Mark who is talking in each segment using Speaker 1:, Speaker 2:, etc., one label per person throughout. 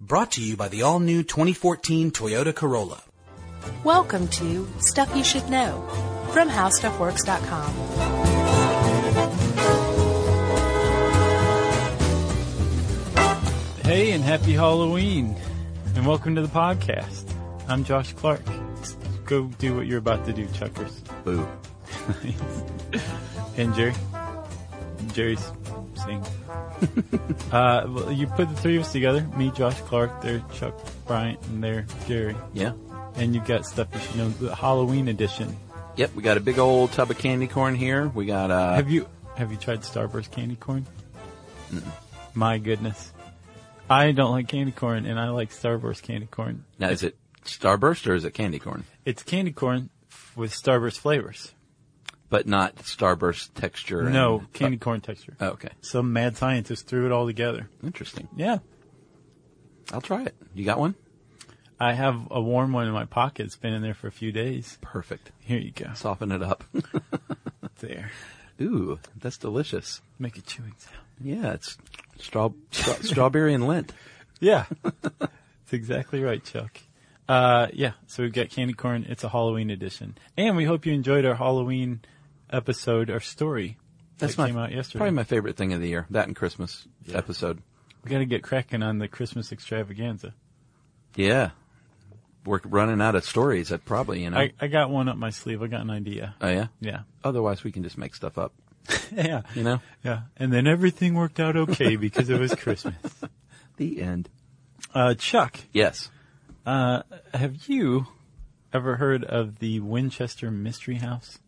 Speaker 1: Brought to you by the all new 2014 Toyota Corolla.
Speaker 2: Welcome to Stuff You Should Know from HowStuffWorks.com.
Speaker 3: Hey, and happy Halloween, and welcome to the podcast. I'm Josh Clark. Go do what you're about to do, Chuckers.
Speaker 4: Boo.
Speaker 3: And Jerry. Jerry's sing. uh, well, you put the three of us together me, Josh Clark, there, Chuck Bryant, and there, Jerry.
Speaker 4: Yeah.
Speaker 3: And you've got stuff you should know the Halloween edition.
Speaker 4: Yep. We got a big old tub of candy corn here. We got uh,
Speaker 3: Have you have you tried Starburst candy corn? My goodness. I don't like candy corn, and I like Starburst candy corn.
Speaker 4: now is it Starburst or is it candy corn?
Speaker 3: It's candy corn f- with Starburst flavors.
Speaker 4: But not Starburst texture. and-
Speaker 3: No, candy corn texture.
Speaker 4: Oh, okay.
Speaker 3: Uh, Some mad scientist threw it all together.
Speaker 4: Interesting.
Speaker 3: Yeah.
Speaker 4: I'll try it. You got one?
Speaker 3: I have a warm one in my pocket. It's been in there for a few days.
Speaker 4: Perfect.
Speaker 3: Here you go.
Speaker 4: Soften it up.
Speaker 3: There.
Speaker 4: Ooh, that's delicious.
Speaker 3: Make a chewing sound.
Speaker 4: Yeah, it's straw, stra- strawberry and lint.
Speaker 3: Yeah. That's exactly right, Chuck. Uh, yeah. So we've got candy corn. It's a Halloween edition. And we hope you enjoyed our Halloween episode, our story.
Speaker 4: That's
Speaker 3: that
Speaker 4: my
Speaker 3: came out yesterday.
Speaker 4: probably my favorite thing of the year. That and Christmas episode.
Speaker 3: we got to get cracking on the Christmas extravaganza.
Speaker 4: Yeah, we're running out of stories. That probably you know.
Speaker 3: I, I got one up my sleeve. I got an idea.
Speaker 4: oh yeah.
Speaker 3: Yeah.
Speaker 4: Otherwise, we can just make stuff up.
Speaker 3: Yeah.
Speaker 4: You know.
Speaker 3: Yeah. And then everything worked out okay because it was Christmas.
Speaker 4: The end.
Speaker 3: Uh, Chuck,
Speaker 4: Yes.
Speaker 3: have you ever heard of the Winchester Mystery House?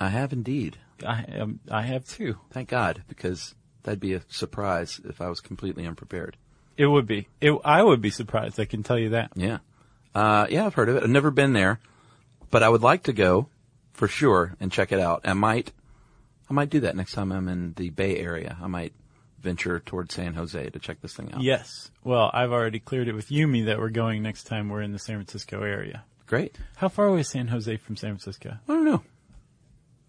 Speaker 4: I have indeed.
Speaker 3: I um, I have too.
Speaker 4: Thank God, because that'd be a surprise if I was completely unprepared.
Speaker 3: It would be. It, I would be surprised. I can tell you that.
Speaker 4: Yeah. Uh, yeah, I've heard of it. I've never been there, but I would like to go for sure and check it out. I might, I might do that next time I'm in the Bay Area. I might venture toward San Jose to check this thing out.
Speaker 3: Yes. Well, I've already cleared it with Yumi that we're going next time we're in the San Francisco area.
Speaker 4: Great.
Speaker 3: How far away is San Jose from San Francisco?
Speaker 4: I don't know.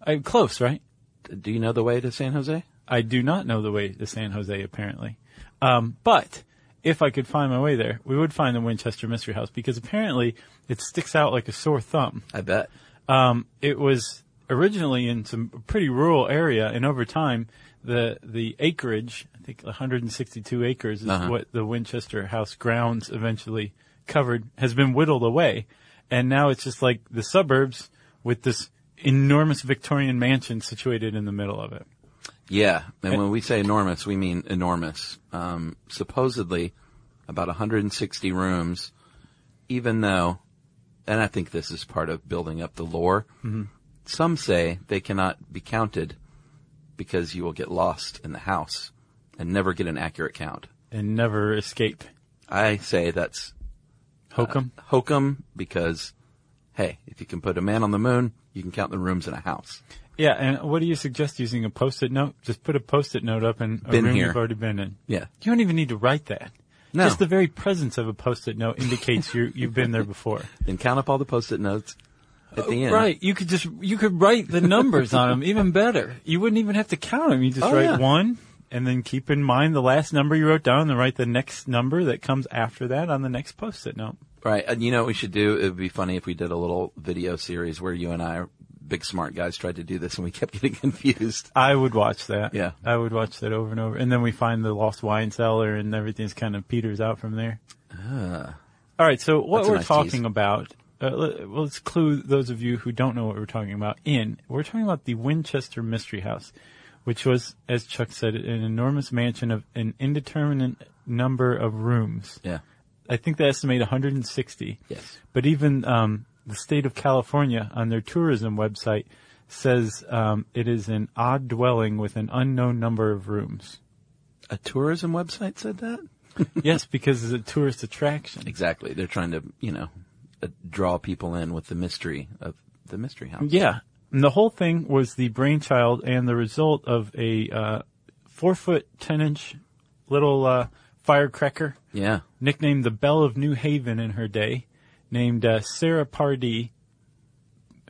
Speaker 3: i Uh, close, right?
Speaker 4: D- Do you know the way to San Jose?
Speaker 3: I do not know the way to San Jose, apparently. Um, but if I could find my way there, we would find the Winchester Mystery House because apparently it sticks out like a sore thumb.
Speaker 4: I bet.
Speaker 3: Um, it was originally in some pretty rural area, and over time, the the acreage, I think 162 acres, is
Speaker 4: Uh-huh.
Speaker 3: what the Winchester House grounds eventually covered, has been whittled away, and now it's just like the suburbs with this enormous Victorian mansion situated in the middle of it.
Speaker 4: Yeah. And when we say enormous, we mean enormous. Um, supposedly about 160 rooms, even though, and I think this is part of building up the lore. Some say they cannot be counted because you will get lost in the house and never get an accurate count.
Speaker 3: And never escape.
Speaker 4: I say that's
Speaker 3: Hokum.
Speaker 4: hokum because, hey, if you can put a man on the moon, you can count the rooms in a house.
Speaker 3: yeah, and what do you suggest using a post-it note? Just put a post-it note up in a
Speaker 4: Been
Speaker 3: room
Speaker 4: here.
Speaker 3: you've already been in.
Speaker 4: Yeah.
Speaker 3: You don't even need to write that.
Speaker 4: No.
Speaker 3: Just the very presence of a post-it note indicates you you've been there before.
Speaker 4: Then count up all the post-it notes at the end.
Speaker 3: Right. You could just you could write the numbers on them even better. You wouldn't even have to count them. You just
Speaker 4: Oh,
Speaker 3: write
Speaker 4: yeah.
Speaker 3: one and then keep in mind the last number you wrote down and write the next number that comes after that on the next post-it note.
Speaker 4: Right. And you know what we should do? It would be funny if we did a little video series where you and I, big smart guys, tried to do this and we kept getting confused.
Speaker 3: I would watch that.
Speaker 4: Yeah.
Speaker 3: I would watch that over and over. And then we find the lost wine cellar and everything's kind of peters out from there. All right. So what
Speaker 4: Ah. That's a
Speaker 3: we're
Speaker 4: nice
Speaker 3: talking
Speaker 4: tease.
Speaker 3: about, uh, le- well, let's clue those of you who don't know what we're talking about in. We're talking about the Winchester Mystery House, which was, as Chuck said, an enormous mansion of an indeterminate number of rooms.
Speaker 4: Yeah.
Speaker 3: I think they estimate 160.
Speaker 4: Yes.
Speaker 3: But even um, the state of California on their tourism website says um, it is an odd dwelling with an unknown number of rooms.
Speaker 4: A tourism website said that?
Speaker 3: yes, because it's a tourist attraction.
Speaker 4: Exactly. They're trying to, you know, uh, draw people in with the mystery of the mystery house.
Speaker 3: Yeah. And the whole thing was the brainchild and the result of a uh, four foot, 10 inch little uh, firecracker
Speaker 4: Yeah.
Speaker 3: nicknamed the Belle of New Haven in her day, named uh, Sarah Pardee,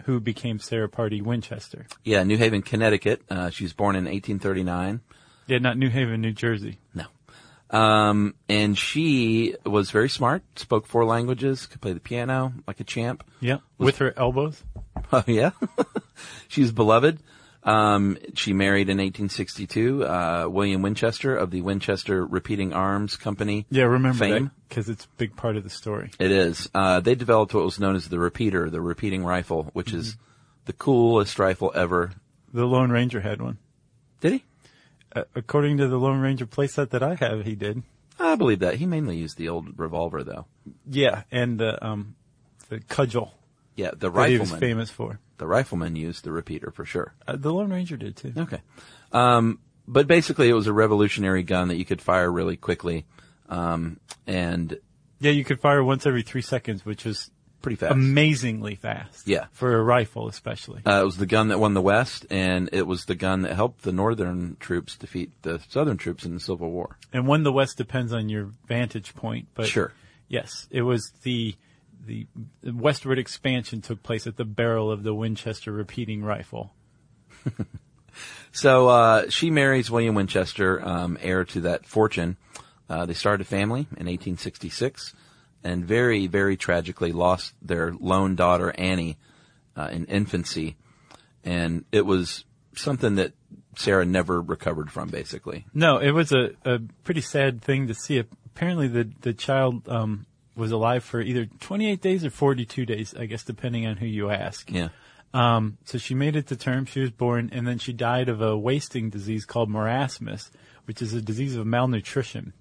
Speaker 3: who became Sarah Pardee Winchester.
Speaker 4: Yeah. New Haven, Connecticut. Uh, she was born in 1839.
Speaker 3: Yeah, not New Haven, New Jersey.
Speaker 4: No. Um, and she was very smart, spoke four languages, could play the piano like a champ.
Speaker 3: Yeah. With her elbows.
Speaker 4: Oh yeah, she's beloved. Um, she married in 1862 uh, William Winchester of the Winchester Repeating Arms Company.
Speaker 3: Yeah, remember
Speaker 4: fame.
Speaker 3: Because it's a big part of the story.
Speaker 4: It is. Uh, they developed what was known as the repeater, the repeating rifle, which is
Speaker 3: Mm-hmm.
Speaker 4: the coolest rifle ever.
Speaker 3: The Lone Ranger had one.
Speaker 4: Did he?
Speaker 3: Uh, according to the Lone Ranger playset that I have, he did.
Speaker 4: I believe that. He mainly used the old revolver, though.
Speaker 3: Yeah, and the um, the cudgel
Speaker 4: Yeah, the
Speaker 3: that he was
Speaker 4: rifleman.
Speaker 3: famous for.
Speaker 4: The rifleman used the repeater for sure.
Speaker 3: Uh, the Lone Ranger did too.
Speaker 4: Okay. Um, but basically, it was a revolutionary gun that you could fire really quickly, um, and
Speaker 3: Yeah, you could fire once every three seconds, which is
Speaker 4: pretty fast.
Speaker 3: amazingly fast.
Speaker 4: Yeah.
Speaker 3: for a rifle especially.
Speaker 4: Uh, it was the gun that won the West, and it was the gun that helped the Northern troops defeat the Southern troops in the Civil War.
Speaker 3: and when the West depends on your vantage point. But
Speaker 4: Sure.
Speaker 3: yes, it was the the the westward expansion took place at the barrel of the Winchester repeating rifle.
Speaker 4: So uh, she marries William Winchester, um, heir to that fortune. Uh, they started a family in 1866, and very, very tragically lost their lone daughter Annie uh, in infancy, and it was something that Sarah never recovered from. Basically,
Speaker 3: No, it was a, a pretty sad thing to see. Apparently, the the child um, was alive for either 28 days or 42 days, I guess, depending on who you ask.
Speaker 4: yeah,
Speaker 3: Um, so she made it to term. She was born, and then she died of a wasting disease called marasmus, which is a disease of malnutrition.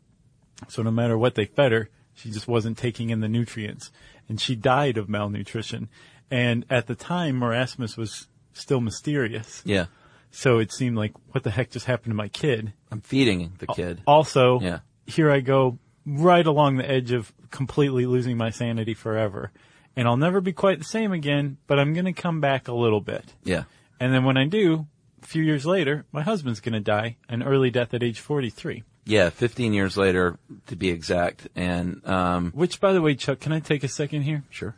Speaker 3: So no matter what they fed her, she just wasn't taking in the nutrients, and she died of malnutrition. And at the time, marasmus was still mysterious.
Speaker 4: yeah.
Speaker 3: So it seemed like, what the heck just happened to my kid?
Speaker 4: I'm feeding the kid.
Speaker 3: Also,
Speaker 4: Yeah.
Speaker 3: here I go right along the edge of completely losing my sanity forever. And I'll never be quite the same again, but I'm going to come back a little bit.
Speaker 4: Yeah,
Speaker 3: And then when I do, a few years later, my husband's going to die an early death at age 43.
Speaker 4: yeah. 15 years later, to be exact, and um,
Speaker 3: Which, by the way, Chuck, can I take a second here?
Speaker 4: sure.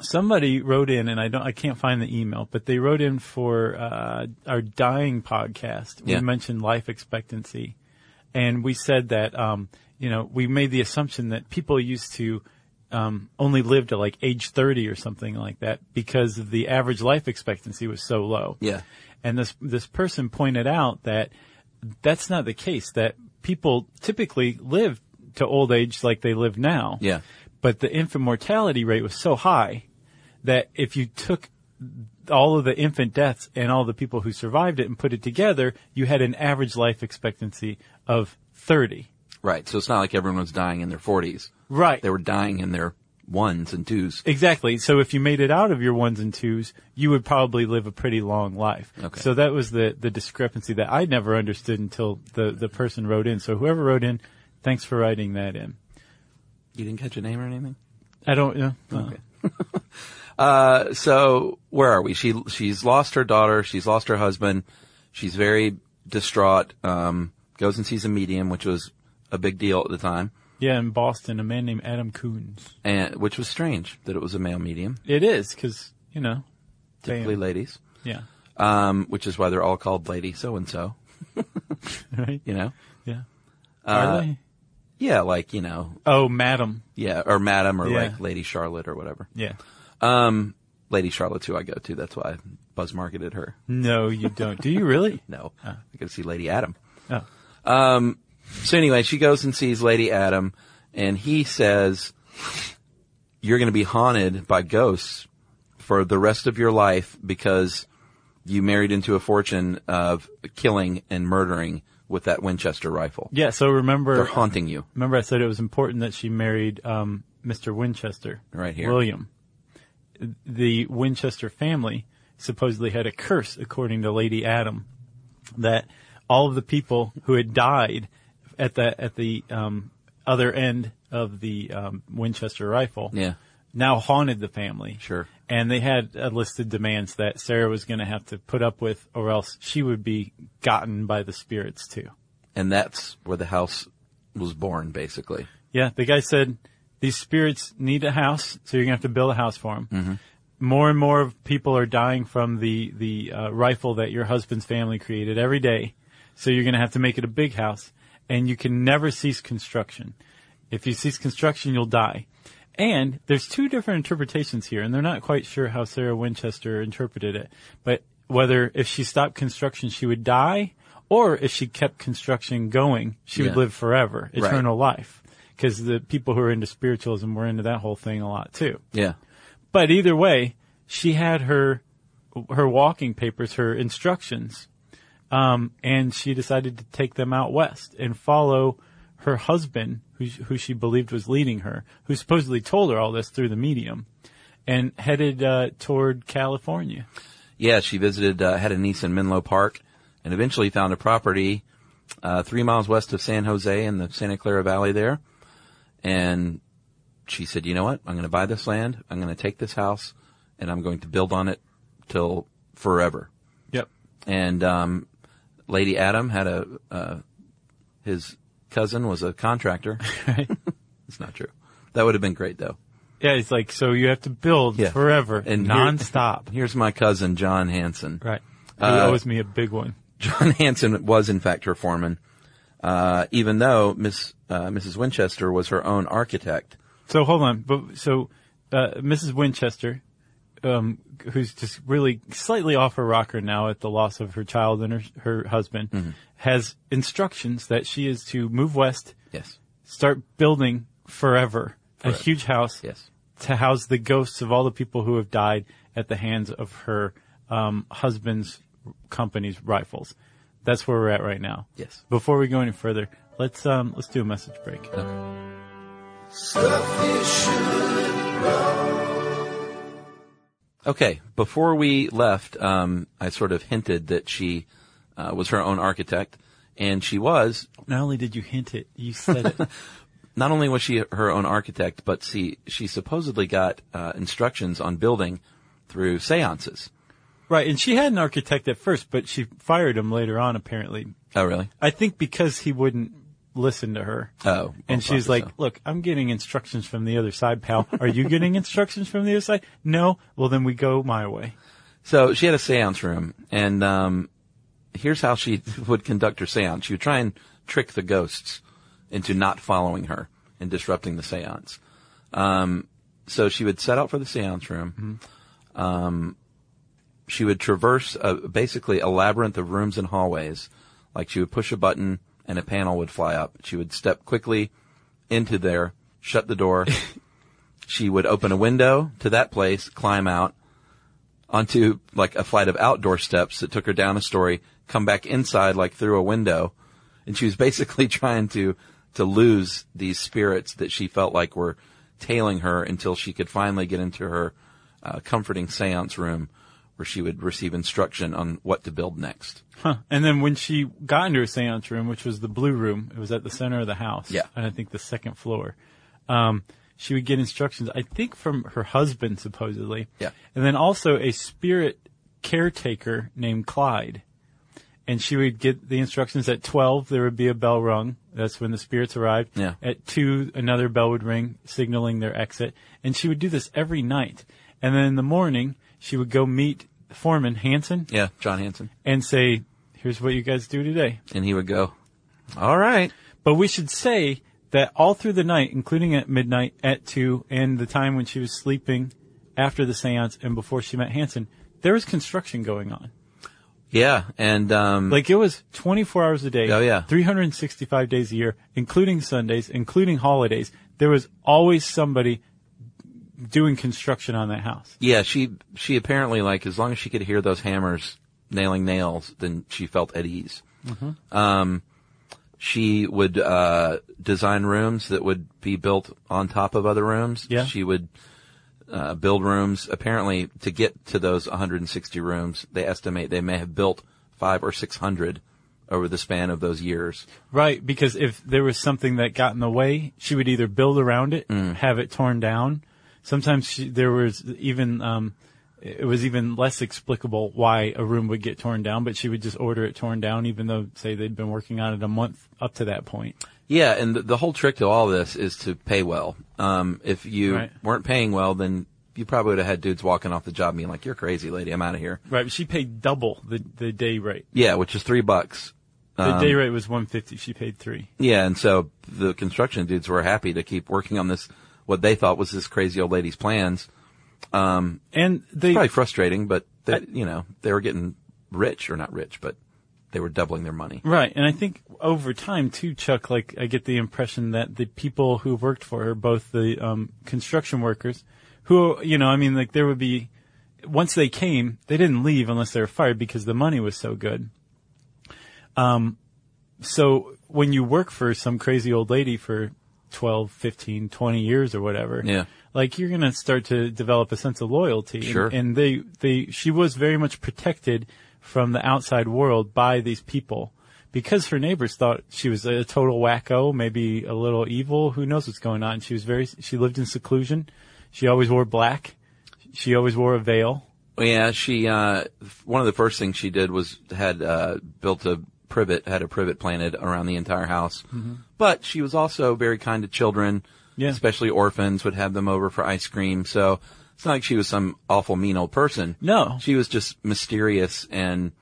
Speaker 3: Somebody wrote in, and I don't, I can't find the email, but they wrote in for uh, our dying podcast.
Speaker 4: Yeah.
Speaker 3: We mentioned life expectancy, and we said that um, you know we made the assumption that people used to um, only live to like age 30 or something like that because the average life expectancy was so low.
Speaker 4: Yeah.
Speaker 3: And this this person pointed out that that's not the case. That people typically live to old age like they live now.
Speaker 4: Yeah.
Speaker 3: But the infant mortality rate was so high that if you took all of the infant deaths and all the people who survived it and put it together, you had an average life expectancy of 30.
Speaker 4: Right. So it's not like everyone was dying in their 40s.
Speaker 3: Right.
Speaker 4: They were dying in their ones and twos.
Speaker 3: Exactly. So if you made it out of your ones and twos, you would probably live a pretty long life.
Speaker 4: Okay.
Speaker 3: So that was the, the discrepancy that I never understood until the, the person wrote in. So whoever wrote in, thanks for writing that in.
Speaker 4: You didn't catch a name or anything?
Speaker 3: I don't know.
Speaker 4: Uh, so where are we? She, she's lost her daughter. She's lost her husband. She's very distraught. Um, goes and sees a medium, which was a big deal at the time
Speaker 3: Yeah, in Boston, a man named Adam Coons.
Speaker 4: and which was strange that it was a male medium,
Speaker 3: It is, because, you know.
Speaker 4: typically
Speaker 3: damn.
Speaker 4: ladies.
Speaker 3: Yeah.
Speaker 4: Um, which is why they're all called lady so and so,
Speaker 3: Right?
Speaker 4: you know?
Speaker 3: Yeah. Are they?
Speaker 4: Yeah. Like, you know,
Speaker 3: Oh, madam.
Speaker 4: yeah, or madam or
Speaker 3: Yeah.
Speaker 4: like lady Charlotte or whatever.
Speaker 3: Yeah.
Speaker 4: Um, Lady Charlotte's who I go to. That's why I buzz marketed her.
Speaker 3: No, you don't. Do you really?
Speaker 4: No, I go see Lady Adam.
Speaker 3: Oh.
Speaker 4: So anyway, she goes and sees Lady Adam, and he says, "You're going to be haunted by ghosts for the rest of your life because you married into a fortune of killing and murdering with that Winchester rifle.
Speaker 3: Yeah, so
Speaker 4: They're
Speaker 3: remember,
Speaker 4: haunting you."
Speaker 3: remember I said it was important that she married, um, Mr. Winchester.
Speaker 4: Right here.
Speaker 3: William. The Winchester family supposedly had a curse, according to Lady Adam, that all of the people who had died at the, at the, um, other end of the, um, Winchester rifle.
Speaker 4: Yeah.
Speaker 3: now haunted the family.
Speaker 4: Sure.
Speaker 3: And they had uh, listed demands that Sarah was going to have to put up with, or else she would be gotten by the spirits too.
Speaker 4: And that's where the house was born, basically.
Speaker 3: Yeah, the guy said these spirits need a house, so you're going to have to build a house for them. More and more of people are dying from the the uh, rifle that your husband's family created every day, so you're going to have to make it a big house. and you can never cease construction. If you cease construction, you'll die. And there's two different interpretations here, and they're not quite sure how Sarah Winchester interpreted it. But whether if she stopped construction, she would die, or if she kept construction going, she would
Speaker 4: Yeah.
Speaker 3: live forever, eternal life. Because the people who are into spiritualism were into that whole thing a lot too.
Speaker 4: Yeah.
Speaker 3: But either way, she had her her walking papers, her instructions, um, and she decided to take them out west and follow her husband, who who she believed was leading her, who supposedly told her all this through the medium, and headed uh, toward California.
Speaker 4: Yeah, she visited, uh, had a niece in Menlo Park and eventually found a property, uh, three miles west of San Jose in the Santa Clara Valley there. And she said, you know what? I'm going to buy this land. I'm going to take this house and I'm going to build on it till forever.
Speaker 3: Yep.
Speaker 4: And, um, Lady Adam had a, uh, his cousin was a contractor. it's not true. That would have been great though.
Speaker 3: Yeah, it's like so you have to build
Speaker 4: Yeah.
Speaker 3: forever
Speaker 4: And
Speaker 3: and
Speaker 4: here-
Speaker 3: nonstop.
Speaker 4: Here's my cousin, John Hanson.
Speaker 3: right. Who
Speaker 4: Uh,
Speaker 3: owes me a big one.
Speaker 4: John Hanson was in fact her foreman, uh, even though Miss uh, Mrs. Winchester was her own architect.
Speaker 3: So hold on, but so uh, Mrs. Winchester, um, who's just really slightly off her rocker now at the loss of her child and her her husband,
Speaker 4: Mm-hmm.
Speaker 3: has instructions that she is to move west,
Speaker 4: Yes,
Speaker 3: start building forever, a huge house
Speaker 4: yes,
Speaker 3: to house the ghosts of all the people who have died at the hands of her um, husband's company's rifles. That's where we're at right now.
Speaker 4: yes.
Speaker 3: Before we go any further, let's um, let's do a message break.
Speaker 4: Okay. Before we left, um, I sort of hinted that she uh, was her own architect, and she was.
Speaker 3: Not only did you hint it, you said it.
Speaker 4: Not only was she her own architect, but she she supposedly got uh, instructions on building through seances.
Speaker 3: Right, and she had an architect at first, but she fired him later on, apparently.
Speaker 4: Oh, really?
Speaker 3: I think because he wouldn't listen to her.
Speaker 4: Oh, well,
Speaker 3: and she's
Speaker 4: probably
Speaker 3: like,
Speaker 4: so.
Speaker 3: look, I'm getting instructions from the other side, pal. Are you getting instructions from the other side? No? Well, then we go my way.
Speaker 4: So she had a seance room, and um, here's how she would conduct her seance. She would try and trick the ghosts into not following her and disrupting the seance. Um, so she would set out for the seance room. Um, she would traverse a, basically a labyrinth of rooms and hallways. Like she would push a button and a panel would fly up. She would step quickly into there, shut the door. she would open a window to that place, climb out, onto like a flight of outdoor steps that took her down a story, come back inside like through a window. And she was basically trying to, to lose these spirits that she felt like were tailing her until she could finally get into her uh, comforting seance room where she would receive instruction on what to build next.
Speaker 3: Huh. And then when she got into her seance room, which was the blue room, it was at the center of the house.
Speaker 4: Yeah.
Speaker 3: And I think the second floor. Um, she would get instructions, I think from her husband, supposedly.
Speaker 4: Yeah.
Speaker 3: And then also a spirit caretaker named Clyde. And she would get the instructions at 12, there would be a bell rung. That's when the spirits arrived.
Speaker 4: Yeah.
Speaker 3: At 2, another bell would ring, signaling their exit. And she would do this every night. And then in the morning, she would go meet Foreman Hanson
Speaker 4: Yeah, John Hanson.
Speaker 3: and say, here's what you guys do today.
Speaker 4: And he would go, all right.
Speaker 3: But we should say that all through the night, including at midnight, at two, and the time when she was sleeping after the seance and before she met Hanson, there was construction going on.
Speaker 4: Yeah. And, um,
Speaker 3: Like it was 24 hours a day.
Speaker 4: Oh, yeah.
Speaker 3: 365 days a year, including Sundays, including holidays. There was always somebody doing construction on that house.
Speaker 4: Yeah, she she apparently like as long as she could hear those hammers nailing nails, then she felt at ease. Um, she would uh, design rooms that would be built on top of other rooms.
Speaker 3: Yeah.
Speaker 4: she would uh, build rooms. Apparently, to get to those 160 rooms, they estimate they may have built five or six hundred over the span of those years.
Speaker 3: Right, because if there was something that got in the way, she would either build around it, have it torn down. Sometimes she, there was even um, it was even less explicable why a room would get torn down, but she would just order it torn down, even though say they'd been working on it a month up to that point.
Speaker 4: Yeah, and the, the whole trick to all this is to pay well. Um, if you
Speaker 3: Right.
Speaker 4: weren't paying well, then you probably would have had dudes walking off the job being like, "You're crazy, lady. I'm out of here."
Speaker 3: Right, but she paid double the the day rate.
Speaker 4: Yeah, which is three bucks
Speaker 3: The day rate was 150. She paid three.
Speaker 4: Yeah, and so the construction dudes were happy to keep working on this, what they thought was this crazy old lady's plans.
Speaker 3: And they,
Speaker 4: Probably frustrating, but they, you know, they were getting rich or not rich, but they were doubling their money.
Speaker 3: Right, and I think over time too, Chuck. Like I get the impression that the people who worked for her, both the um, construction workers, who you know, I mean, like there would be once they came, they didn't leave unless they were fired because the money was so good. Um, so when you work for some crazy old lady for 12, 15, 20 years or whatever,
Speaker 4: Yeah.
Speaker 3: like you're going to start to develop a sense of loyalty. And-
Speaker 4: Sure.
Speaker 3: And, they, they, she was very much protected from the outside world by these people because her neighbors thought she was a total wacko, maybe a little evil. Who knows what's going on? She was very, she lived in seclusion. She always wore black. She always wore a veil.
Speaker 4: Yeah, she, uh, f- one of the first things she did was had, uh, built a privet, had a privet planted around the entire house. But she was also very kind to children,
Speaker 3: Mm-hmm. Yeah.
Speaker 4: especially orphans, would have them over for ice cream. So it's not like she was some awful mean old person.
Speaker 3: No.
Speaker 4: She was just mysterious and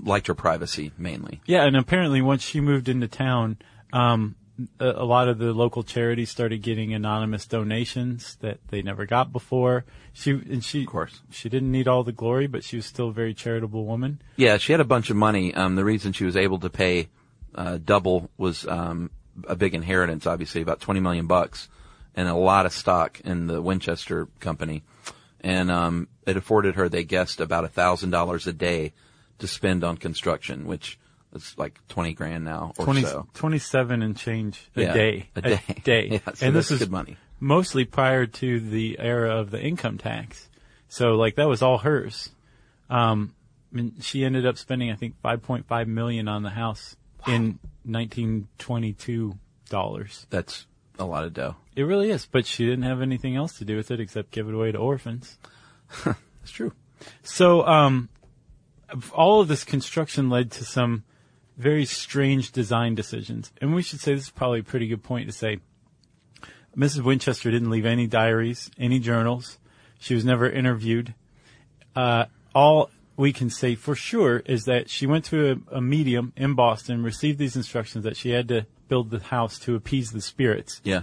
Speaker 4: liked her privacy mainly.
Speaker 3: Yeah, and apparently once she moved into town, um, a, a lot of the local charities started getting anonymous donations that they never got before. She and she, of
Speaker 4: course.
Speaker 3: she didn't need all the glory, but she was still a very charitable woman.
Speaker 4: Yeah, she had a bunch of money. Um, the reason she was able to pay uh, double was um, a big inheritance, obviously about twenty million bucks, and a lot of stock in the Winchester company, and um, it afforded her, they guessed, about a thousand dollars a day to spend on construction, which is like twenty grand now or
Speaker 3: 20,
Speaker 4: so.
Speaker 3: 27 and change a
Speaker 4: Yeah,
Speaker 3: day.
Speaker 4: a day. Yeah, so
Speaker 3: and
Speaker 4: that's
Speaker 3: this is
Speaker 4: good money.
Speaker 3: mostly prior to the era of the income tax. So like that was all hers. Um, and she ended up spending, I think, 5.5 million on the house in 1922 dollars.
Speaker 4: That's a lot of dough.
Speaker 3: It really is, but she didn't have anything else to do with it except give it away to orphans.
Speaker 4: That's true.
Speaker 3: So, um, all of this construction led to some very strange design decisions. And we should say this is probably a pretty good point to say. Mrs. Winchester didn't leave any diaries, any journals. She was never interviewed. Uh, all we can say for sure is that she went to a, a medium in Boston, received these instructions that she had to build the house to appease the spirits
Speaker 4: Yeah.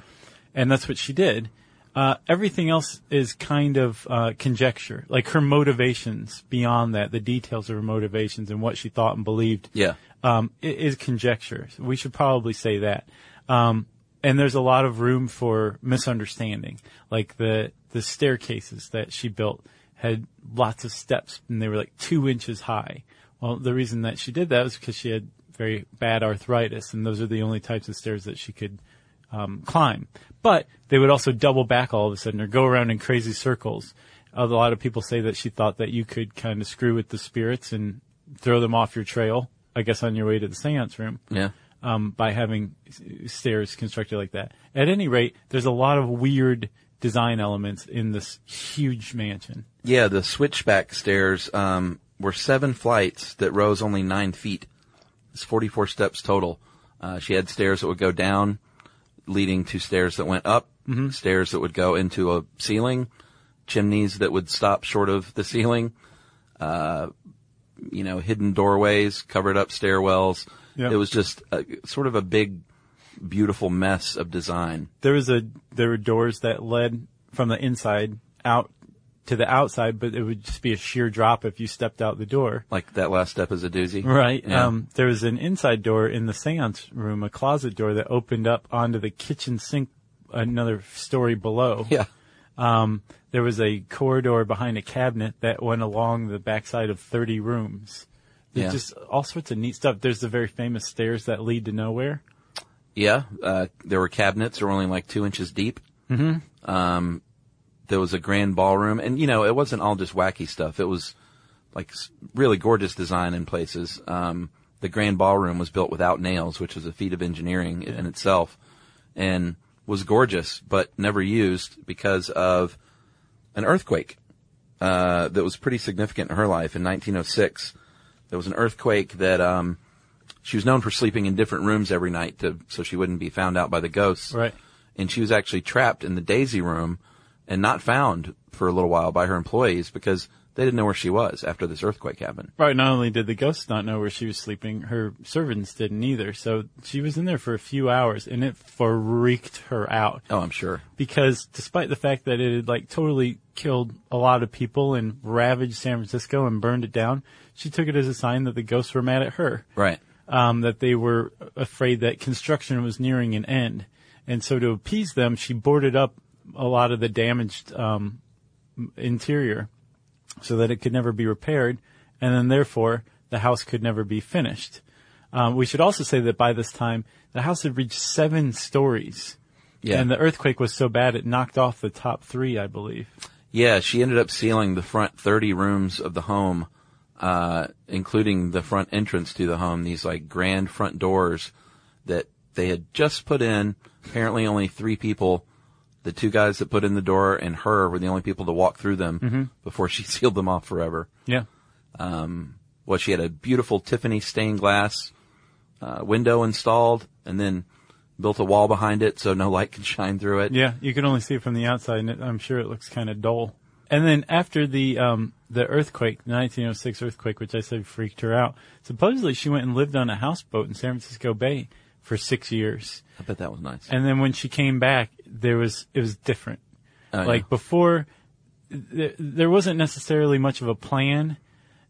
Speaker 3: and that's what she did. Uh, everything else is kind of uh, conjecture, like her motivations beyond that, the details of her motivations and what she thought and believed
Speaker 4: Yeah.
Speaker 3: um, i- is conjecture. We should probably say that. Um, and there's a lot of room for misunderstanding, like the the staircases that she built had lots of steps, and they were like two inches high. Well, the reason that she did that was because she had very bad arthritis, and those are the only types of stairs that she could um, climb. But they would also double back all of a sudden or go around in crazy circles. A lot of people say that she thought that you could kind of screw with the spirits and throw them off your trail, I guess on your way to the seance room,
Speaker 4: Yeah.
Speaker 3: um, by having s- stairs constructed like that. At any rate, there's a lot of weird design elements in this huge mansion.
Speaker 4: Yeah, the switchback stairs um, were seven flights that rose only nine feet. It's 44 steps total. Uh, she had stairs that would go down, leading to stairs that went up,
Speaker 3: Mm-hmm.
Speaker 4: stairs that would go into a ceiling, chimneys that would stop short of the ceiling, uh, you know, hidden doorways, covered up stairwells.
Speaker 3: Yeah.
Speaker 4: It was just a, sort of a big, beautiful mess of design.
Speaker 3: there was a there were doors that led from the inside out to the outside, but it would just be a sheer drop if you stepped out the door.
Speaker 4: Like that last step is a doozy.
Speaker 3: Right.
Speaker 4: Yeah.
Speaker 3: Um, there was an inside door in the seance room, a closet door that opened up onto the kitchen sink, another story below.
Speaker 4: yeah.
Speaker 3: There was a corridor behind a cabinet that went along the backside of 30 rooms. There's
Speaker 4: Yeah.
Speaker 3: just all sorts of neat stuff. There's the very famous stairs that lead to nowhere.
Speaker 4: Yeah, uh, there were cabinets that were only like two inches deep. Mm-hmm. Um, there was a grand ballroom, and you know, it wasn't all just wacky stuff. It was like s- really gorgeous design in places. Um, the grand ballroom was built without nails, which is a feat of engineering in itself, and was gorgeous, but never used because of an earthquake uh, that was pretty significant in her life in 1906. There was an earthquake that um, she was known for sleeping in different rooms every night to, so she wouldn't be found out by the ghosts.
Speaker 3: Right.
Speaker 4: And she was actually trapped in the Daisy room and not found for a little while by her employees because They didn't know where she was after this earthquake happened.
Speaker 3: Right. Not only did the ghosts not know where she was sleeping, her servants didn't either. So she was in there for a few hours and it freaked her out
Speaker 4: Oh, I'm sure.
Speaker 3: because despite the fact that it had like totally killed a lot of people and ravaged San Francisco and burned it down, she took it as a sign that the ghosts were mad at her.
Speaker 4: Right.
Speaker 3: um, that they were afraid that construction was nearing an end. And so to appease them, she boarded up a lot of the damaged um, interior so that it could never be repaired. And then therefore, the house could never be finished. Um, we should also say that by this time, the house had reached seven stories.
Speaker 4: Yeah.
Speaker 3: And the earthquake was so bad it knocked off the top three, I believe.
Speaker 4: Yeah, she ended up sealing the front 30 rooms of the home, uh, including the front entrance to the home, these like grand front doors that they had just put in. Apparently only three people, the two guys that put in the door and her were the only people to walk through them before she sealed them off forever.
Speaker 3: Yeah.
Speaker 4: Well, she had a beautiful Tiffany stained glass, uh, window installed and then built a wall behind it so no light could shine through it.
Speaker 3: Yeah, you can only see it from the outside, and it, I'm sure it looks kind of dull. And then after the um, the earthquake, the 1906 earthquake, which I said freaked her out, supposedly she went and lived on a houseboat in San Francisco Bay for six years.
Speaker 4: I bet that was nice.
Speaker 3: And then when she came back, there was it was different.
Speaker 4: Oh, yeah.
Speaker 3: like before, th- there wasn't necessarily much of a plan.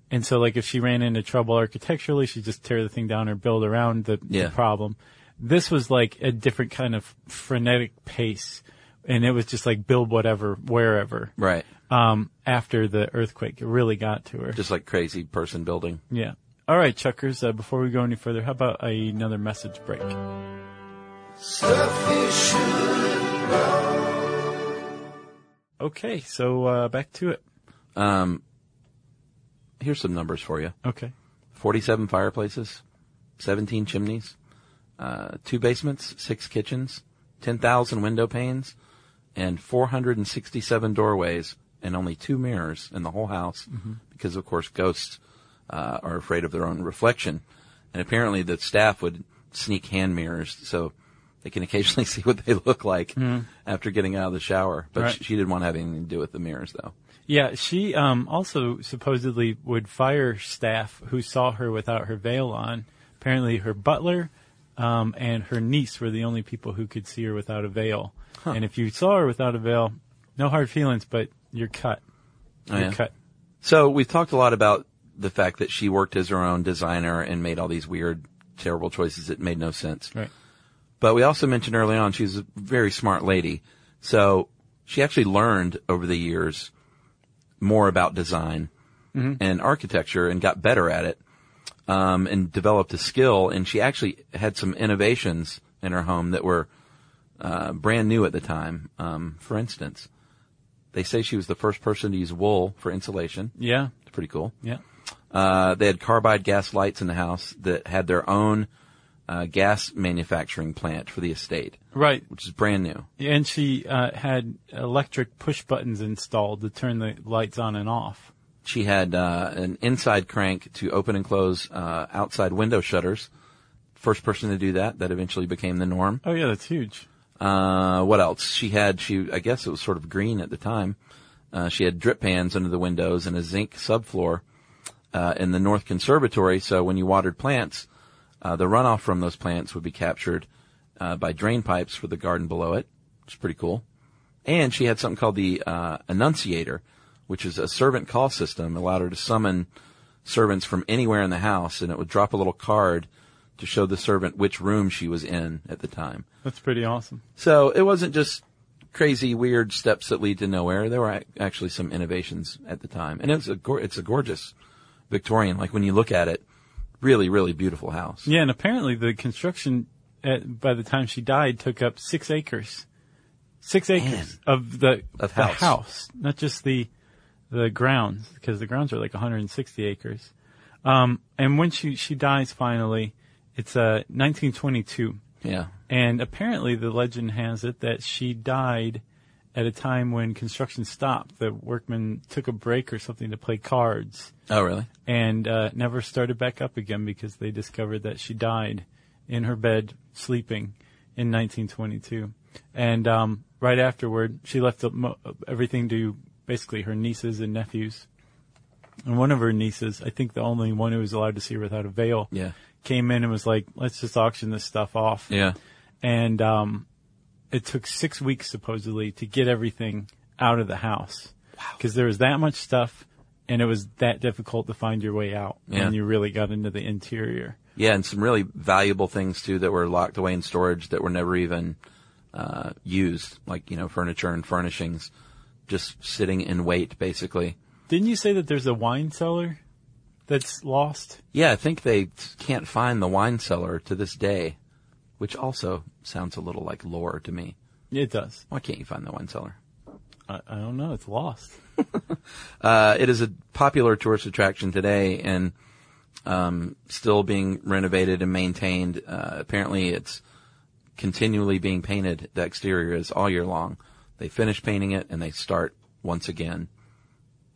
Speaker 3: And so, like, if she ran into trouble architecturally, she'd just tear the thing down or build around the,
Speaker 4: Yeah.
Speaker 3: the problem. This was like a different kind of frenetic pace. And it was just like build whatever, wherever.
Speaker 4: right.
Speaker 3: Um, after the earthquake, it really got to her.
Speaker 4: Just like crazy person building.
Speaker 3: Yeah. All right, Chuckers, uh, before we go any further, how about another message break? Okay, so uh, back to it.
Speaker 4: Um, here's some numbers for you.
Speaker 3: Okay.
Speaker 4: 47 fireplaces, 17 chimneys, uh, two basements, six kitchens, 10,000 window panes, and 467 doorways and only two mirrors in the whole house because of course ghosts, uh, are afraid of their own reflection. And apparently the staff would sneak hand mirrors so they can occasionally see what they look like after getting out of the shower. But
Speaker 3: Right.
Speaker 4: she, she didn't want to have anything to do with the mirrors though.
Speaker 3: Yeah, she um, also supposedly would fire staff who saw her without her veil on. Apparently, her butler um, and her niece were the only people who could see her without a veil. And if you saw her without a veil, no hard feelings, but you're cut.
Speaker 4: Oh,
Speaker 3: You're
Speaker 4: yeah?
Speaker 3: cut.
Speaker 4: So we've talked a lot about the fact that she worked as her own designer and made all these weird, terrible choices that made no sense.
Speaker 3: Right.
Speaker 4: But we also mentioned early on she was a very smart lady. So she actually learned over the years more about design and architecture and got better at it um, and developed a skill. And she actually had some innovations in her home that were uh, brand new at the time. Um, for instance, they say she was the first person to use wool for insulation.
Speaker 3: Yeah.
Speaker 4: It's pretty cool.
Speaker 3: Yeah.
Speaker 4: Uh, they had carbide gas lights in the house that had their own uh, gas manufacturing plant for the estate,
Speaker 3: Right.
Speaker 4: which is brand new.
Speaker 3: And she uh, had electric push buttons installed to turn the lights on and off.
Speaker 4: She had uh, an inside crank to open and close uh, outside window shutters. First person to do that. That eventually became the norm.
Speaker 3: Oh, yeah, that's huge.
Speaker 4: Uh, what else? She had she I guess it was sort of green at the time. Uh, she had drip pans under the windows and a zinc subfloor uh, in the North Conservatory. So when you watered plants, uh, the runoff from those plants would be captured uh, by drain pipes for the garden below it. It's pretty cool. And she had something called the uh, Annunciator, which is a servant call system, allowed her to summon servants from anywhere in the house, and it would drop a little card to show the servant which room she was in at the time.
Speaker 3: That's pretty awesome.
Speaker 4: So it wasn't just crazy, weird steps that lead to nowhere. There were ac- actually some innovations at the time, and it's a gor it's a gorgeous Victorian. Like when you look at it, really, really beautiful house.
Speaker 3: Yeah, and apparently the construction at, by the time she died took up six acres, six acres of the
Speaker 4: Of
Speaker 3: the
Speaker 4: house.
Speaker 3: house, not just the the grounds, because the grounds are like 160 acres. Um, and when she she dies finally, it's uh 1922,
Speaker 4: Yeah,
Speaker 3: and apparently the legend has it that she died at a time when construction stopped. The workmen took a break or something to play cards
Speaker 4: Oh, really?
Speaker 3: and uh, never started back up again because they discovered that she died in her bed sleeping in 1922. And um, right afterward, she left the mo- everything to basically her nieces and nephews And one of her nieces, I think the only one who was allowed to see her without a veil,
Speaker 4: Yeah.
Speaker 3: came in and was like, let's just auction this stuff off.
Speaker 4: Yeah.
Speaker 3: And um, it took six weeks, supposedly, to get everything out of the house. Because there was that much stuff and it was that difficult to find your way out
Speaker 4: Yeah.
Speaker 3: when you really got into the interior.
Speaker 4: Yeah, and some really valuable things too that were locked away in storage that were never even uh, used, like you know furniture and furnishings, just sitting in wait basically.
Speaker 3: Didn't you say that there's a wine cellar that's lost?
Speaker 4: Yeah, I think they t- can't find the wine cellar to this day, which also sounds a little like lore to me.
Speaker 3: It does.
Speaker 4: Why can't you find the wine cellar?
Speaker 3: I, I don't know. It's lost.
Speaker 4: Uh, it is a popular tourist attraction today and um, still being renovated and maintained. Uh, apparently, it's continually being painted. The exterior is all year long. They finish painting it and they start once again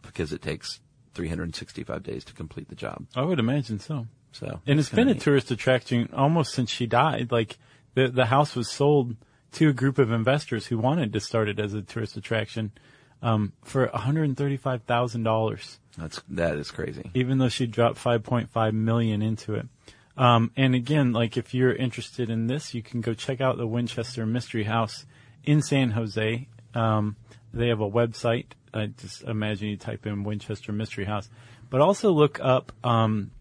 Speaker 4: because it takes 365 days to complete the job.
Speaker 3: I would imagine so.
Speaker 4: So,
Speaker 3: And it's been a
Speaker 4: kinda neat.
Speaker 3: tourist attraction almost since she died. Like the the house was sold to a group of investors who wanted to start it as a tourist attraction um, for one hundred thirty five thousand dollars,
Speaker 4: That's that is crazy.
Speaker 3: even though she dropped five point five million into it. Um, and again, like if you're interested in this, you can go check out the Winchester Mystery House in San Jose. Um, they have a website. I just imagine you type in Winchester Mystery House, but also look up um,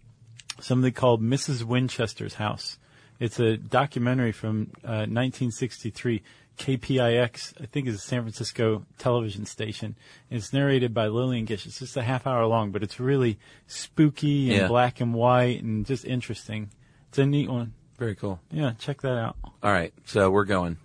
Speaker 3: something called Mrs. Winchester's House. It's a documentary from uh, 1963. KPIX, I think, is a San Francisco television station. And it's narrated by Lillian Gish. It's just a half hour long, but it's really spooky and
Speaker 4: Yeah.
Speaker 3: black and white and just interesting. It's a neat one.
Speaker 4: Very cool.
Speaker 3: Yeah, check that out.
Speaker 4: All right, so we're going.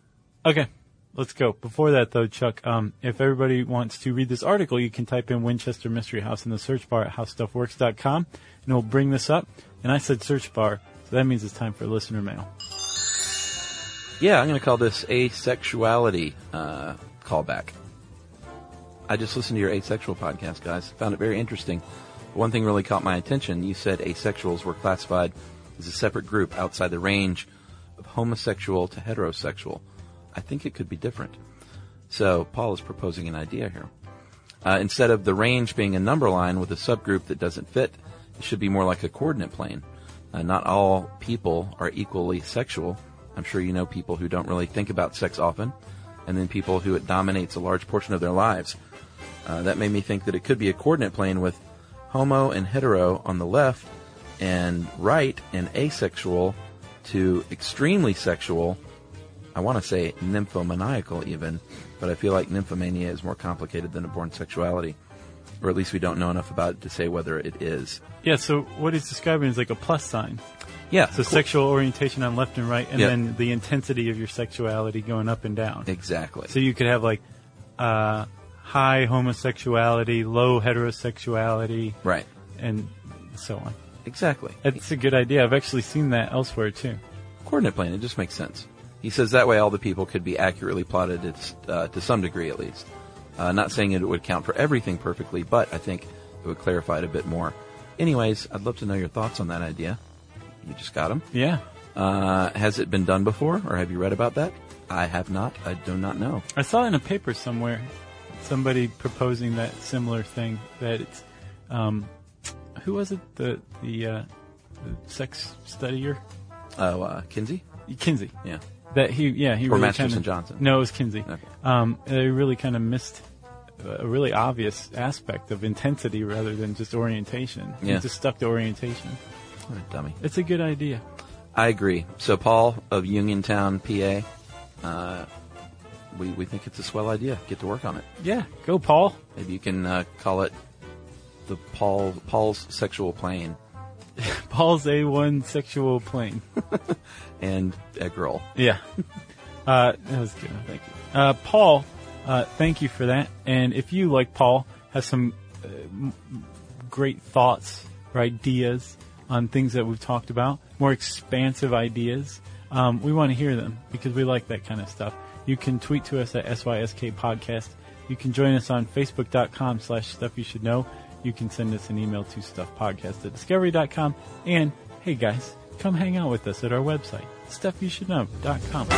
Speaker 3: Okay. Let's go. Before that, though, Chuck, um, if everybody wants to read this article, you can type in Winchester Mystery House in the search bar at howstuffworks.com, and it'll bring this up. And I said search bar, so that means it's time for listener mail.
Speaker 4: Yeah, I'm going to call this asexuality uh, callback. I just listened to your asexual podcast, guys. Found it very interesting. One thing really caught my attention. You said asexuals were classified as a separate group outside the range of homosexual to heterosexual. I think it could be different. So Paul is proposing an idea here. Uh, instead of the range being a number line with a subgroup that doesn't fit, it should be more like a coordinate plane. Uh, not all people are equally sexual. I'm sure you know people who don't really think about sex often, and then people who it dominates a large portion of their lives. Uh, that made me think that it could be a coordinate plane with homo and hetero on the left, and right and asexual to extremely sexual. I want to say nymphomaniacal even, but I feel like nymphomania is more complicated than a born sexuality. Or at least we don't know enough about it to say whether it is.
Speaker 3: Yeah, so what he's describing is like a plus sign.
Speaker 4: Yeah.
Speaker 3: So sexual orientation on left and right, and
Speaker 4: Yeah.
Speaker 3: then the intensity of your sexuality going up and down.
Speaker 4: Exactly.
Speaker 3: So you could have like uh, high homosexuality, low heterosexuality,
Speaker 4: right.
Speaker 3: and so on.
Speaker 4: Exactly.
Speaker 3: That's a good idea. I've actually seen that elsewhere too.
Speaker 4: coordinate plane. It just makes sense. He says that way all the people could be accurately plotted it's, uh, to some degree at least. Uh, not saying it would count for everything perfectly, but I think it would clarify it a bit more. Anyways, I'd love to know your thoughts on that idea. You just got them.
Speaker 3: Yeah.
Speaker 4: Uh, has it been done before, or have you read about that? I have not. I do not know.
Speaker 3: I saw in a paper somewhere somebody proposing that similar thing that it's um, who was it the the, uh, the sex studier
Speaker 4: Oh, uh, Kinsey?
Speaker 3: Kinsey
Speaker 4: Yeah.
Speaker 3: that he yeah he
Speaker 4: Or
Speaker 3: really
Speaker 4: Masterson
Speaker 3: kinda-
Speaker 4: Johnson.
Speaker 3: no it was Kinsey
Speaker 4: Okay.
Speaker 3: um, they really kind of missed a really obvious aspect of intensity rather than just orientation They
Speaker 4: Yeah.
Speaker 3: just stuck to orientation
Speaker 4: What a dummy.
Speaker 3: it's a good idea
Speaker 4: I agree. So, Paul of Uniontown, PA, uh, we, we think it's a swell idea. Get to work on it.
Speaker 3: yeah go Paul
Speaker 4: Maybe you can uh, call it the Paul Paul's sexual plane
Speaker 3: Paul's a one sexual plane
Speaker 4: and egg roll.
Speaker 3: Yeah. Uh, that was good. Thank you. Uh, Paul, uh, thank you for that. And if you, like Paul, have some uh, m- great thoughts or ideas on things that we've talked about, more expansive ideas, um, we want to hear them because we like that kind of stuff. You can tweet to us at SYSK Podcast. You can join us on Facebook.com slash Stuff You Should Know. You can send us an email to stuffpodcast at discovery.com. And, hey guys, come hang out with us at our website, stuffyoushouldknow.com.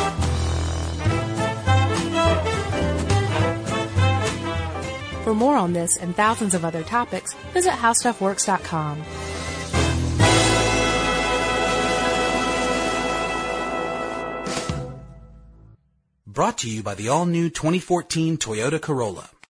Speaker 2: For more on this and thousands of other topics, visit howstuffworks.com.
Speaker 1: Brought to you by the all new 2014 Toyota Corolla.